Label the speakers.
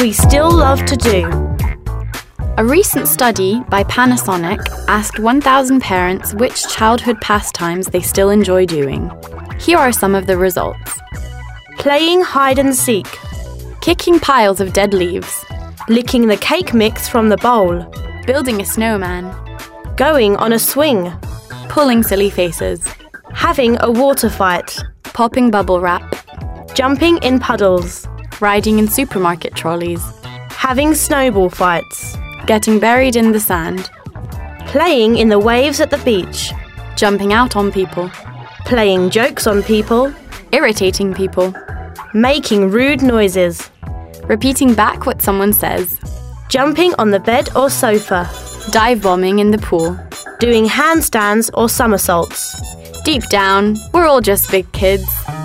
Speaker 1: we still love to do.
Speaker 2: A recent study by Panasonic asked 1,000 parents which childhood pastimes they still enjoy doing. Here are some of the results
Speaker 1: Playing hide and seek,
Speaker 2: kicking piles of dead leaves,
Speaker 1: licking the cake mix from the bowl,
Speaker 2: building a snowman,
Speaker 1: going on a swing,
Speaker 2: pulling silly faces,
Speaker 1: having a water fight,
Speaker 2: popping bubble wrap,
Speaker 1: jumping in puddles,
Speaker 2: riding in supermarket trolleys,
Speaker 1: having snowball fights,
Speaker 2: getting buried in the sand,
Speaker 1: playing in the waves at the beach,
Speaker 2: jumping out on people,
Speaker 1: playing jokes on people,
Speaker 2: irritating people,
Speaker 1: making rude noises,
Speaker 2: repeating back what someone says,
Speaker 1: jumping on the bed or sofa,
Speaker 2: dive bombing in the pool.
Speaker 1: doing handstands or somersaults.
Speaker 2: Deep down, we're all just big kids.